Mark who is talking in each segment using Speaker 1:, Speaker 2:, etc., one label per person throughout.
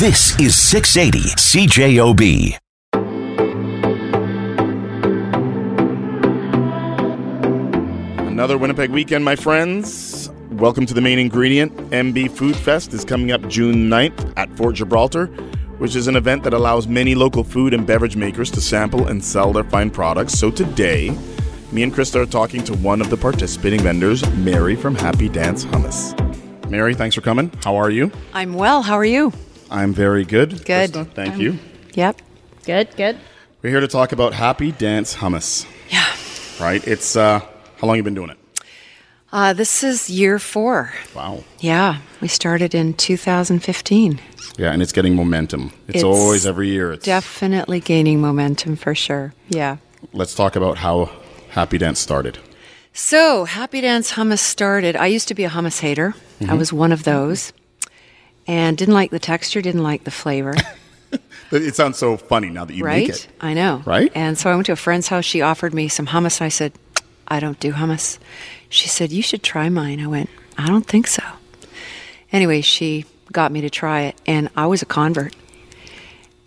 Speaker 1: This is 680 CJOB.
Speaker 2: Another Winnipeg weekend, my friends. Welcome to the main ingredient. MB Food Fest is coming up June 9th at Fort Gibraltar, which is an event that allows many local food and beverage makers to sample and sell their fine products. So today, me and Krista are talking to one of the participating vendors, Mary from Happy Dance Hummus. Mary, thanks for coming. How are you?
Speaker 3: I'm well. How are you?
Speaker 2: I'm very good.
Speaker 3: Good.
Speaker 2: Krista, thank you.
Speaker 3: Yep.
Speaker 4: Good, good.
Speaker 2: We're here to talk about Happy Dance Hummus,
Speaker 3: Yeah.
Speaker 2: right? It's uh, how long you been doing it?
Speaker 3: Uh, this is year four.
Speaker 2: Wow.
Speaker 3: Yeah. We started in 2015.
Speaker 2: Yeah, and it's getting momentum. It's,
Speaker 3: It's
Speaker 2: always every year. It's,
Speaker 3: Definitely gaining momentum for sure. Yeah.
Speaker 2: Let's talk about how Happy Dance started.
Speaker 3: So, Happy Dance Hummus started. I used to be a hummus hater. I was one of those and didn't like the texture, didn't like the flavor,
Speaker 2: It it sounds so funny now that you
Speaker 3: right?
Speaker 2: make it.
Speaker 3: I know.
Speaker 2: Right?
Speaker 3: And so I went to a friend's house. She offered me some hummus and I said, I don't do hummus. She said, You should try mine. I went, I don't think so. Anyway, she got me to try it and I was a convert.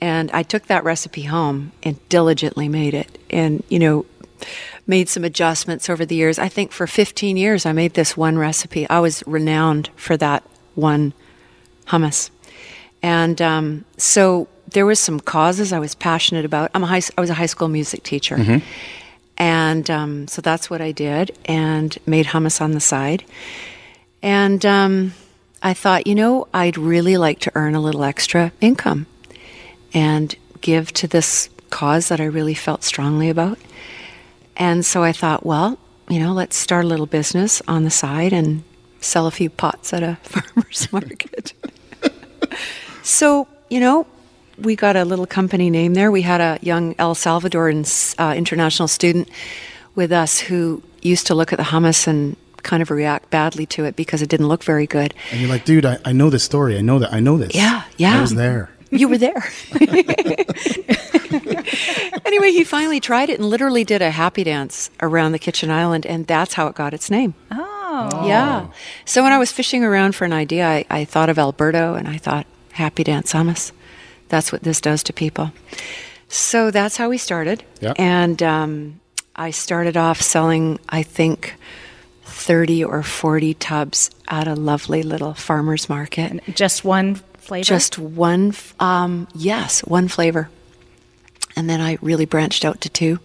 Speaker 3: And I took that recipe home and diligently made it and, you know, made some adjustments over the years. I think for 15 years, I made this one recipe. I was renowned for that one hummus. And um, so there was some causes I was passionate about. I'm a high, I was a high school music teacher. And um, so that's what I did and made hummus on the side. And um, I thought, you know, I'd really like to earn a little extra income and give to this cause that I really felt strongly about. And so I thought, well, you know, let's start a little business on the side and sell a few pots at a farmer's market. so, you know, we got a little company name there. We had a young El Salvadoran uh, international student with us who used to look at the hummus and kind of react badly to it because it didn't look very good.
Speaker 5: And you're like, dude, I, I know this story. I know that. I know this.
Speaker 3: Yeah, yeah.
Speaker 5: I was there.
Speaker 3: You were there. anyway, he finally tried it and literally did a happy dance around the kitchen island, and that's how it got its name. Oh. Yeah. So when I was fishing around for an idea, I, I thought of Alberto and I thought, happy dance hummus. That's what this does to people. So that's how we started.
Speaker 5: Yeah.
Speaker 3: And um, I started off selling, I think, 30 or 40 tubs at a lovely little farmer's market.
Speaker 4: Just one flavor.
Speaker 3: Just one, f- um, yes, one flavor. And then I really branched out to two.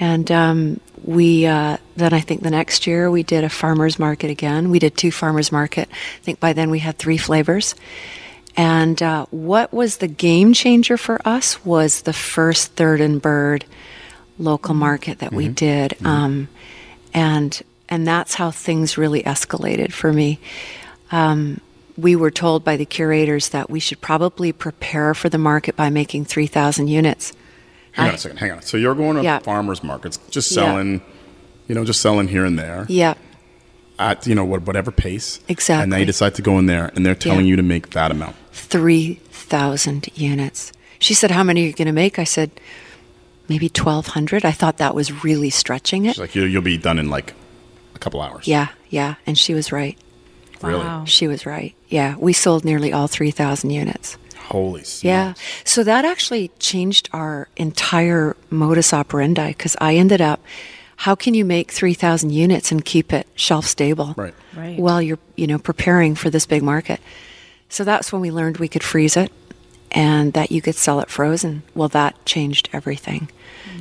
Speaker 3: And um, we, uh, then I think the next year we did a farmer's market again. We did two farmer's market. I think by then we had three flavors. And uh, what was the game changer for us was the first Third and Bird local market that we did. Um, and, and that's how things really escalated for me we were told by the curators that we should probably prepare for the market by making 3,000 units.
Speaker 2: Hang on
Speaker 3: I-
Speaker 2: a second. Hang on. So you're going to
Speaker 3: Yeah.
Speaker 2: farmers markets, just
Speaker 3: Yeah.
Speaker 2: selling, you know, just selling here and there
Speaker 3: Yeah,
Speaker 2: at you know what- whatever pace. And they
Speaker 3: Exactly.
Speaker 2: decide to go in there, and they're telling you to make that amount.
Speaker 3: 3,000 units. She said, How many are you going to make? I said, Maybe 1,200. I thought that was really stretching it.
Speaker 2: It's like you, you'll be done in like a couple hours.
Speaker 3: yeah, yeah. And she was right.
Speaker 2: Really.
Speaker 4: Wow.
Speaker 3: She was right. Yeah, we sold nearly all 3,000 units.
Speaker 2: Holy. smokes.
Speaker 3: Yeah. So that actually changed our entire modus operandi because I ended up, how can you make 3,000 units and keep it shelf stable?
Speaker 2: Right.
Speaker 4: Right.
Speaker 3: While you're, you know, preparing for this big market. So that's when we learned we could freeze it and that you could sell it frozen. Well, that changed everything.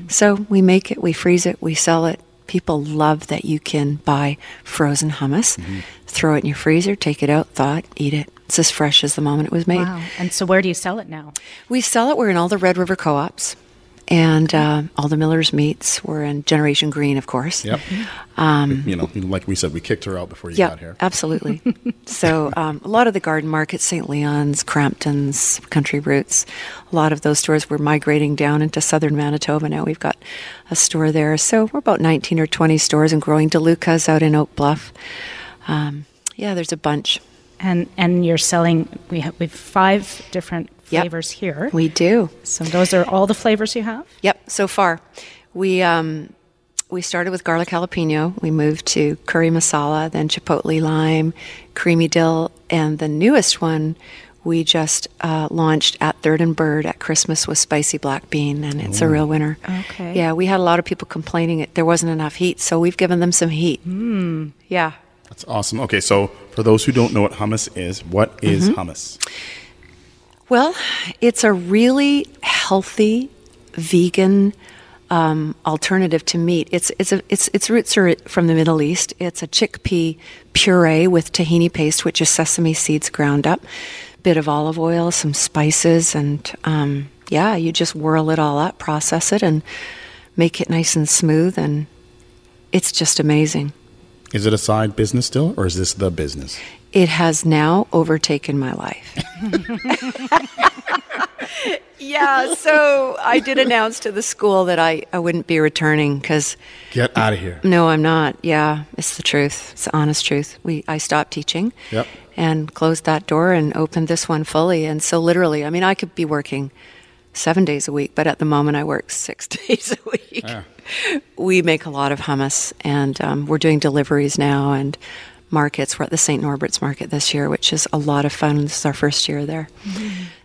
Speaker 3: So we make it, we freeze it, we sell it. People love that you can buy frozen hummus, throw it in your freezer, take it out, thaw it, eat it. It's as fresh as the moment it was made.
Speaker 4: Wow. And so where do you sell it now?
Speaker 3: We sell it. We're in all the Red River co ops and uh, all the Miller's Meats. We're in Generation Green, of course.
Speaker 2: Yep. you know, like we said, we kicked her out before you
Speaker 3: Um, Yeah,
Speaker 2: got here.
Speaker 3: absolutely. so, um, a lot of the garden markets, St. Leon's, Crampton's, Country Roots, a lot of those stores were migrating down into southern Manitoba now. We've got a store there. So, we're about 19 or 20 stores and growing. DeLuca's out in Oak Bluff. Um, yeah, there's a bunch.
Speaker 4: And and you're selling. We have we've five different
Speaker 3: Yep.
Speaker 4: flavors here.
Speaker 3: We do.
Speaker 4: so those are all the flavors you have.
Speaker 3: Yep, so far. We um, we started with garlic jalapeno. We moved to curry masala, then chipotle lime, creamy dill, and the newest one we just uh, launched at Third and Bird at Christmas with spicy black bean, and it's a real winner.
Speaker 4: Okay.
Speaker 3: Yeah, we had a lot of people complaining it there wasn't enough heat, so we've given them some heat. Mm. Yeah.
Speaker 2: That's awesome. Okay, so for those who don't know what hummus is, what is
Speaker 3: Mm-hmm.
Speaker 2: hummus?
Speaker 3: Well, it's a really healthy vegan um, alternative to meat. It's it's a, it's its roots are from the Middle East. It's a chickpea puree with tahini paste, which is sesame seeds ground up, bit of olive oil, some spices, and um, yeah, you just whirl it all up, process it, and make it nice and smooth, and it's just amazing.
Speaker 2: Is it a side business still, or is this the business?
Speaker 3: It has now overtaken my life. yeah, so I did announce to the school that I, I wouldn't be returning because
Speaker 2: Get out of here.
Speaker 3: no, I'm not. Yeah, it's the truth. It's the honest truth. We I stopped teaching
Speaker 2: Yep.
Speaker 3: and closed that door and opened this one fully. And so literally, I mean, I could be working seven days a week, but at the moment I work six days a week. We make a lot of hummus, and um, we're doing deliveries now and markets. We're at the St. Norbert's Market this year, which is a lot of fun. This is our first year there.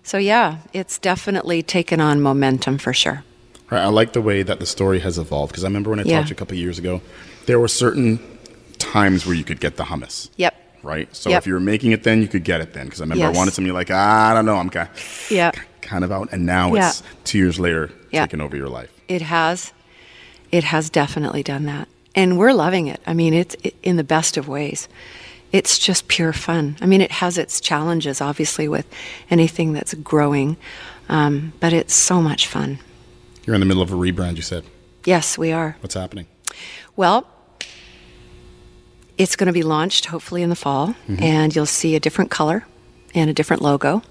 Speaker 3: So yeah, it's definitely taken on momentum for sure.
Speaker 2: Right, I like the way that the story has evolved because I remember when I
Speaker 3: Yeah.
Speaker 2: talked to you a couple of years ago, there were certain times where you could get the hummus.
Speaker 3: Yep.
Speaker 2: Right. So
Speaker 3: Yep.
Speaker 2: if you were making it then, you could get it then because I remember
Speaker 3: Yes.
Speaker 2: I wanted something you're like "Ah, I don't know, I'm kind
Speaker 3: Yeah.
Speaker 2: kind of out, and now
Speaker 3: Yeah.
Speaker 2: it's two years later
Speaker 3: Yeah.
Speaker 2: taking over your life.
Speaker 3: It has. It has definitely done that. And we're loving it. I mean, it's it, in the best of ways. It's just pure fun. I mean, it has its challenges, obviously, with anything that's growing, um, but it's so much fun.
Speaker 2: You're in the middle of a rebrand. You said
Speaker 3: Yes, we are.
Speaker 2: what's happening?
Speaker 3: Well, it's going to be launched hopefully in the fall, and you'll see a different color and a different logo.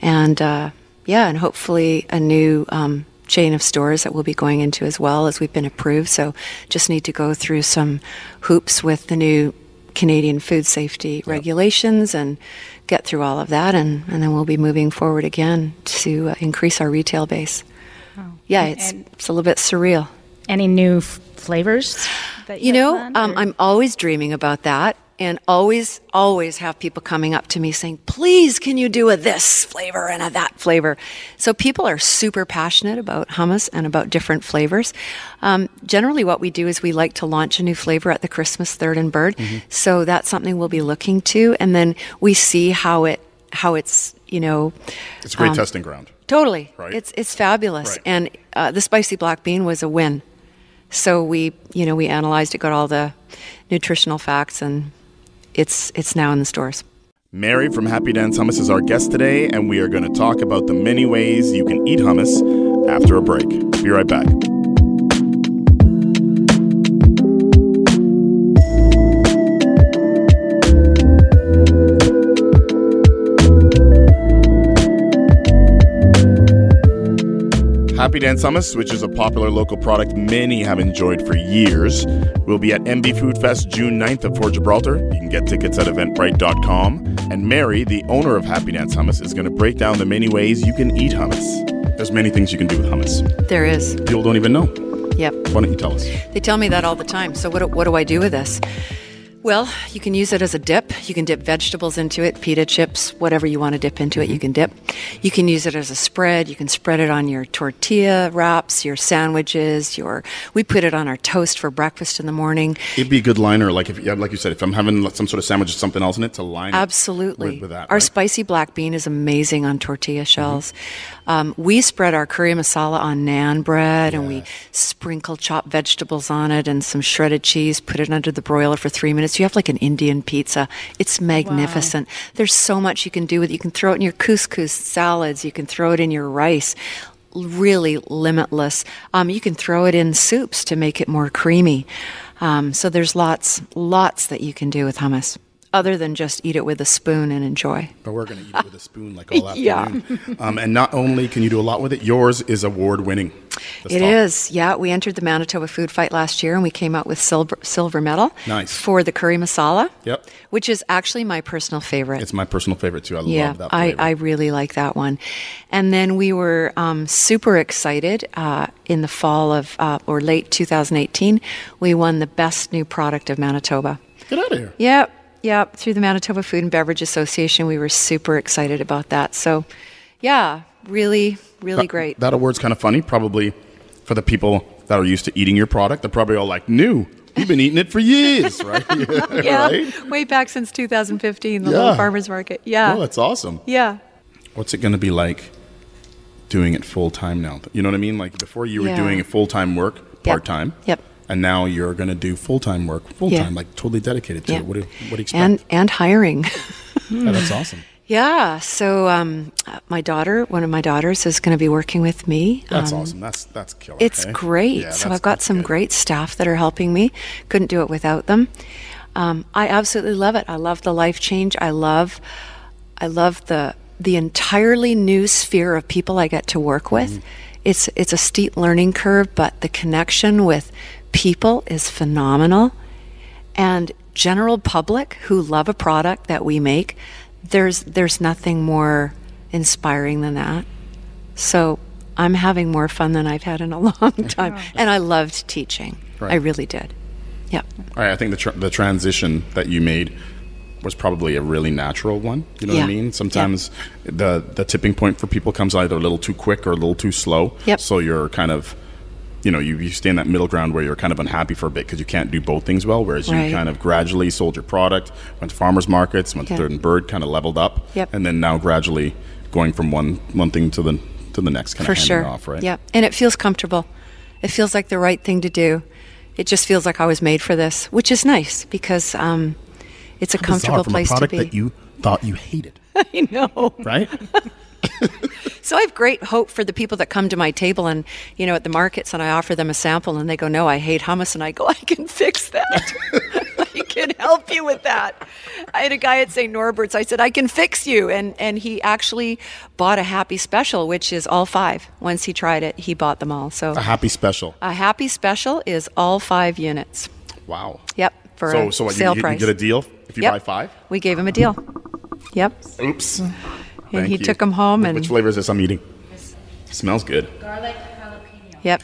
Speaker 3: And uh, yeah, and hopefully a new um, chain of stores that we'll be going into as well as we've been approved. So just need to go through some hoops with the new Canadian food safety regulations and get through all of that. And, and then we'll be moving forward again to uh, increase our retail base. Yeah, it's,
Speaker 4: And-
Speaker 3: it's a little bit surreal.
Speaker 4: Any new f- flavors? That you,
Speaker 3: You know,
Speaker 4: have planned,
Speaker 3: um,
Speaker 4: or-
Speaker 3: I'm always dreaming about that and always, always have people coming up to me saying, please, can you do a this flavor and a that flavor? So people are super passionate about hummus and about different flavors. Um, generally, what we do is we like to launch a new flavor at the Christmas Third and Bird. So that's something we'll be looking to. And then we see how it, how it's, you know,
Speaker 2: It's a
Speaker 3: Um,
Speaker 2: great testing ground.
Speaker 3: Totally.
Speaker 2: Right?
Speaker 3: It's it's fabulous,
Speaker 2: Right.
Speaker 3: and uh, the spicy black bean was a win. So we, you know, we analyzed it, got all the nutritional facts, and it's it's now in the stores.
Speaker 6: Mary from Happy Dance Hummus is our guest today, and we are going to talk about the many ways you can eat hummus after a break. Be right back. Happy Dance Hummus, which is a popular local product many have enjoyed for years, will be at MB Food Fest June 9th at Fort Gibraltar. You can get tickets at eventbrite.com. And Mary, the owner of Happy Dance Hummus, is going to break down the many ways you can eat hummus.
Speaker 2: There's many things you can do with hummus.
Speaker 3: There is.
Speaker 2: People don't even know.
Speaker 3: Yep.
Speaker 2: Why don't you tell us?
Speaker 3: They tell me that all the time. So what do- what do I do with this? Well, you can use it as a dip. You can dip vegetables into it, pita chips, whatever you want to dip into it, you can dip. You can use it as a spread. You can spread it on your tortilla wraps, your sandwiches, your we put it on our toast for breakfast in the morning.
Speaker 2: It'd be a good liner, like if yeah, like you said, if I'm having like, some sort of sandwich or something else in it, to line it
Speaker 3: Absolutely.
Speaker 2: with, with that.
Speaker 3: our
Speaker 2: right?
Speaker 3: spicy black bean is amazing on tortilla shells. Um, we spread our curry masala on naan bread and we sprinkle chopped vegetables on it and some shredded cheese, put it under the broiler for three minutes. You have like an Indian pizza. It's magnificent. There's so much you can do with it. You can throw it in your couscous salads, you can throw it in your rice. L- Really limitless. Um, you can throw it in soups to make it more creamy. Um, so there's lots, lots that you can do with hummus other than just eat it with a spoon and enjoy.
Speaker 2: But we're going to eat it with a spoon like all
Speaker 3: Yeah.
Speaker 2: afternoon. Um, and not only can you do a lot with it, yours is award winning.
Speaker 3: It is, yeah. We entered the Manitoba Food Fight last year, and we came out with silver silver medal.
Speaker 2: Nice.
Speaker 3: for the curry masala.
Speaker 2: Yep.
Speaker 3: which is actually my personal favorite.
Speaker 2: It's my personal favorite too. I
Speaker 3: yeah,
Speaker 2: love that
Speaker 3: I,
Speaker 2: flavor.
Speaker 3: I really like that one. And then we were um, super excited uh, in the fall of uh, or late 2018. We won the best new product of Manitoba.
Speaker 2: Get out of here.
Speaker 3: Yep. Yep. Through the Manitoba Food and Beverage Association, we were super excited about that. So, yeah, really, really
Speaker 2: That-
Speaker 3: great.
Speaker 2: That award's kind of funny, probably for the people that are used to eating your product. They're probably all like, "New, we've been eating it for years, right?"
Speaker 3: yeah,
Speaker 2: right?
Speaker 3: way back since 2015, the
Speaker 2: Yeah.
Speaker 3: little farmers market. Yeah,
Speaker 2: No, Oh, that's awesome.
Speaker 3: yeah.
Speaker 2: What's it going to be like doing it full time now? You know what I mean? Like before, you were
Speaker 3: Yeah.
Speaker 2: doing full time work, part time.
Speaker 3: Yep.
Speaker 2: And now you're going to do full time work, full time,
Speaker 3: Yeah.
Speaker 2: like totally dedicated to
Speaker 3: yeah.
Speaker 2: it. What do, what do you expect?
Speaker 3: and and hiring.
Speaker 2: Yeah, that's awesome.
Speaker 3: yeah. So, um, uh, my daughter, one of my daughters, is going to be working with me.
Speaker 2: That's
Speaker 3: um,
Speaker 2: awesome. That's that's killer.
Speaker 3: It's
Speaker 2: eh?
Speaker 3: great.
Speaker 2: Yeah,
Speaker 3: so
Speaker 2: that's-
Speaker 3: I've got
Speaker 2: that's
Speaker 3: some
Speaker 2: good.
Speaker 3: great staff that are helping me. Couldn't do it without them. Um, I absolutely love it. I love the life change. I love, I love the the entirely new sphere of people I get to work with.
Speaker 2: Mm-hmm.
Speaker 3: It's it's a steep learning curve, but the connection with people is phenomenal. And general public who love a product that we make, there's there's nothing more inspiring than that. So I'm having more fun than I've had in a long time. And I loved teaching. I
Speaker 2: Right.
Speaker 3: really did. Yep.
Speaker 2: All right, I think the, tr- the transition that you made was probably a really natural one. You know what I
Speaker 3: Yeah.
Speaker 2: mean?
Speaker 3: Yeah.
Speaker 2: Sometimes the the tipping point for people comes either a little too quick or a little too slow.
Speaker 3: Yep.
Speaker 2: So you're kind of, you know, you, you stay in that middle ground where you're kind of unhappy for a bit because you can't do both things well. Whereas
Speaker 3: Right.
Speaker 2: you kind of gradually sold your product, went to farmers markets, went
Speaker 3: Yeah.
Speaker 2: to Third and Bird, kind of leveled up,
Speaker 3: Yep.
Speaker 2: and then now gradually going from one one thing to the to the next, kind
Speaker 3: For
Speaker 2: of handing
Speaker 3: sure.
Speaker 2: off, right?
Speaker 3: Yep. And it feels comfortable. It feels like the right thing to do. It just feels like I was made for this, which is nice because um, it's a comfortable place to be.
Speaker 2: you thought you hated,
Speaker 3: I know.
Speaker 2: right?
Speaker 3: So I have great hope for the people that come to my table and, you know, at the markets and I offer them a sample and they go, no, I hate hummus. And I go, I can fix that. I can help you with that. I had a guy at St. Norbert's. I said, I can fix you. And, and he actually bought a happy special, which is all five. Once he tried it, he bought them all. So
Speaker 2: a happy special.
Speaker 3: a happy special is all five units.
Speaker 2: Wow.
Speaker 3: Yep. For
Speaker 2: so,
Speaker 3: a
Speaker 2: so what, you-
Speaker 3: sale
Speaker 2: you, you,
Speaker 3: price.
Speaker 2: get a deal if you
Speaker 3: Yep.
Speaker 2: buy five?
Speaker 3: We gave him a deal. Yep.
Speaker 2: Oops.
Speaker 3: And
Speaker 2: Thank
Speaker 3: he
Speaker 2: you.
Speaker 3: took 'em home
Speaker 2: Which-
Speaker 3: and-
Speaker 2: Which flavor is this I'm eating? Smells good.
Speaker 7: garlic jalapeno.
Speaker 3: Yep.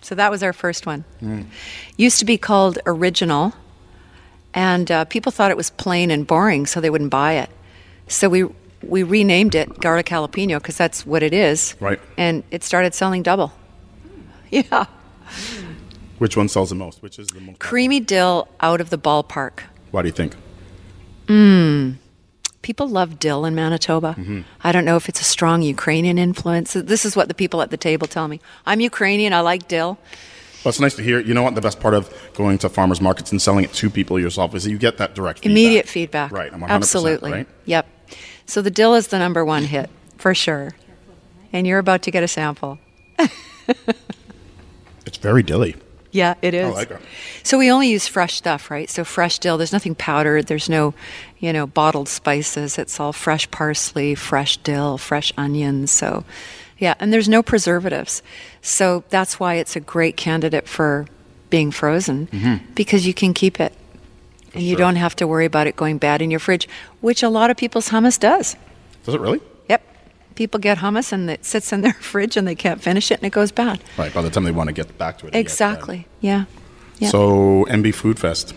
Speaker 3: So that was our first one. Used to be called Original, and uh, people thought it was plain and boring, so they wouldn't buy it. So we we renamed it Garlic Jalapeno because that's what it is.
Speaker 2: Right.
Speaker 3: And it started selling double. Yeah.
Speaker 2: Which one sells the most? Which is the most?
Speaker 3: Creamy dill out of the ballpark.
Speaker 2: Why do you think?
Speaker 3: People love dill in Manitoba. I don't know if it's a strong Ukrainian influence. This is what the people at the table tell me. I'm Ukrainian. I like dill.
Speaker 2: Well, it's nice to hear. You know what? The best part of going to farmers markets and selling it to people yourself is that you get that direct feedback.
Speaker 3: Immediate feedback.
Speaker 2: Right. I'm 100%,
Speaker 3: Absolutely.
Speaker 2: Right?
Speaker 3: Yep. So the dill is the number one hit for sure. And you're about to get a sample.
Speaker 2: It's very dilly.
Speaker 3: Yeah, it is.
Speaker 2: like it.
Speaker 3: So we only use fresh stuff, right? So fresh dill, there's nothing powdered, there's no, you know, bottled spices. It's all fresh parsley, fresh dill, fresh onions. So yeah, and there's no preservatives. So that's why it's a great candidate for being frozen because you can keep it. And you
Speaker 2: Mm-hmm. sure.
Speaker 3: don't have to worry about it going bad in your fridge, which a lot of people's hummus does.
Speaker 2: Does it really?
Speaker 3: Yep. People get hummus and it sits in their fridge and they can't finish it and it goes bad.
Speaker 2: Right. By the time they want to get back to it. they get that.
Speaker 3: Exactly. Yeah. Yeah.
Speaker 2: So, MB Food Fest,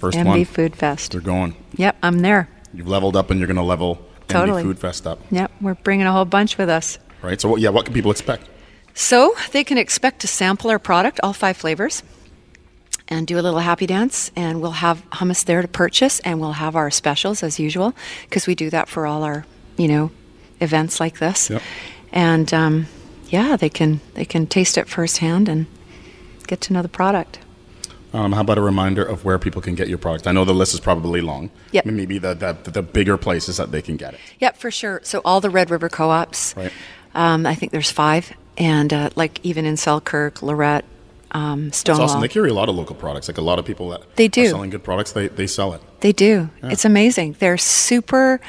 Speaker 2: first one.
Speaker 3: MB Food Fest.
Speaker 2: They're going.
Speaker 3: Yep, I'm there.
Speaker 2: You've leveled up and you're going to level
Speaker 3: Totally.
Speaker 2: MB Food Fest up.
Speaker 3: Yep, we're bringing a whole bunch with us.
Speaker 2: Right. So, what, yeah, what can people expect?
Speaker 3: So they can expect to sample our product, all five flavors, and do a little happy dance. And we'll have hummus there to purchase, and we'll have our specials as usual because we do that for all our, you know, events like this.
Speaker 2: Yep.
Speaker 3: And um, yeah, they can they can taste it firsthand and get to know the product.
Speaker 2: Um, how about a reminder of where people can get your product? I know the list is probably long.
Speaker 3: Yep.
Speaker 2: I mean, Maybe the, the, the bigger places that they can get it.
Speaker 3: Yep, for sure. So all the Red River co-ops,
Speaker 2: Right.
Speaker 3: um, I think there's five, and uh, like even in Selkirk, Lorette, um,
Speaker 2: It's
Speaker 3: Stonewall,
Speaker 2: awesome. They carry a lot of local products. Like a lot of people that
Speaker 3: They
Speaker 2: are
Speaker 3: do.
Speaker 2: selling good products, they, they sell it.
Speaker 3: they do. It's amazing. They're super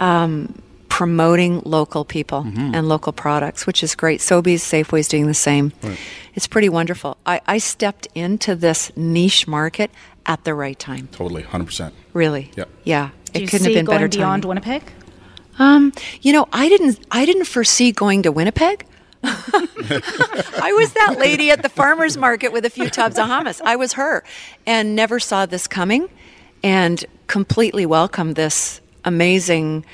Speaker 3: um, promoting local people and local products, which is great. Sobeys, Safeway's doing the same. It's pretty wonderful. I, I stepped into this niche market at the right time.
Speaker 2: Totally, 100%.
Speaker 3: Really.
Speaker 2: Yep.
Speaker 3: Yeah.
Speaker 4: Do
Speaker 3: it
Speaker 4: you
Speaker 3: couldn't
Speaker 4: see
Speaker 3: have been
Speaker 4: going
Speaker 3: better
Speaker 4: beyond
Speaker 3: timing.
Speaker 4: Winnipeg?
Speaker 3: Um, you know, I didn't I didn't foresee going to Winnipeg. I was that lady at the farmers market with a few tubs of hummus. I was her and never saw this coming. and completely welcomed this amazing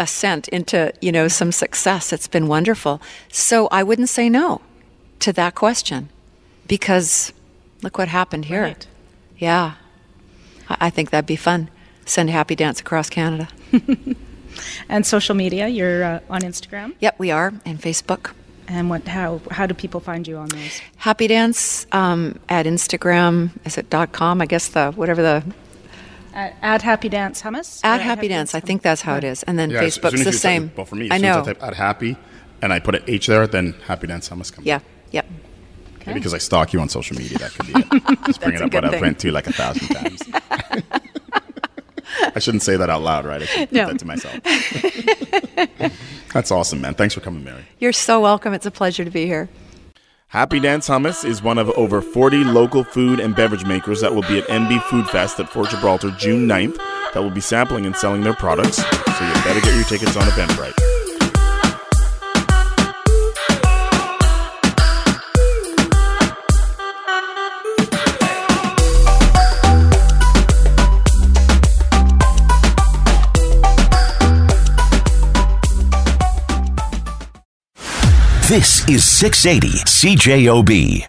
Speaker 3: ascent into you know some success it's been wonderful so i wouldn't say no to that question because look what happened here
Speaker 4: Right.
Speaker 3: yeah I-, I think that'd be fun send a happy dance across canada
Speaker 4: And social media, you're uh, on Instagram.
Speaker 3: yep we are and facebook
Speaker 4: And what? How? How do people find you on those?
Speaker 3: happy dance um, at instagram is it dot com i guess the whatever the
Speaker 4: At, at Happy Dance Hummus. Or
Speaker 3: at happy dance i think that's how it is and then
Speaker 2: Yeah, as- as soon
Speaker 3: facebook's
Speaker 2: as
Speaker 3: the
Speaker 2: you type-
Speaker 3: same
Speaker 2: well, for me, as
Speaker 3: i
Speaker 2: soon as
Speaker 3: know
Speaker 2: I type out happy and I put an H there, then happy dance hummus comes.
Speaker 3: yeah
Speaker 2: up.
Speaker 3: yep
Speaker 2: Maybe because I stalk you on social media, that could be it. Just bringing
Speaker 3: a
Speaker 2: up what
Speaker 3: good
Speaker 2: I've
Speaker 3: thing.
Speaker 2: went to like a thousand times. I shouldn't say that out loud, right? I should keep
Speaker 3: No.
Speaker 2: that to myself. That's awesome, man. Thanks for coming, Mary.
Speaker 3: you're so welcome it's a pleasure to be here
Speaker 6: Happy Dance Hummus is one of over 40 local food and beverage makers that will be at MB Food Fest at Fort Gibraltar June 9th that will be sampling and selling their products, so you better get your tickets on Eventbrite.
Speaker 1: This is 680 CJOB.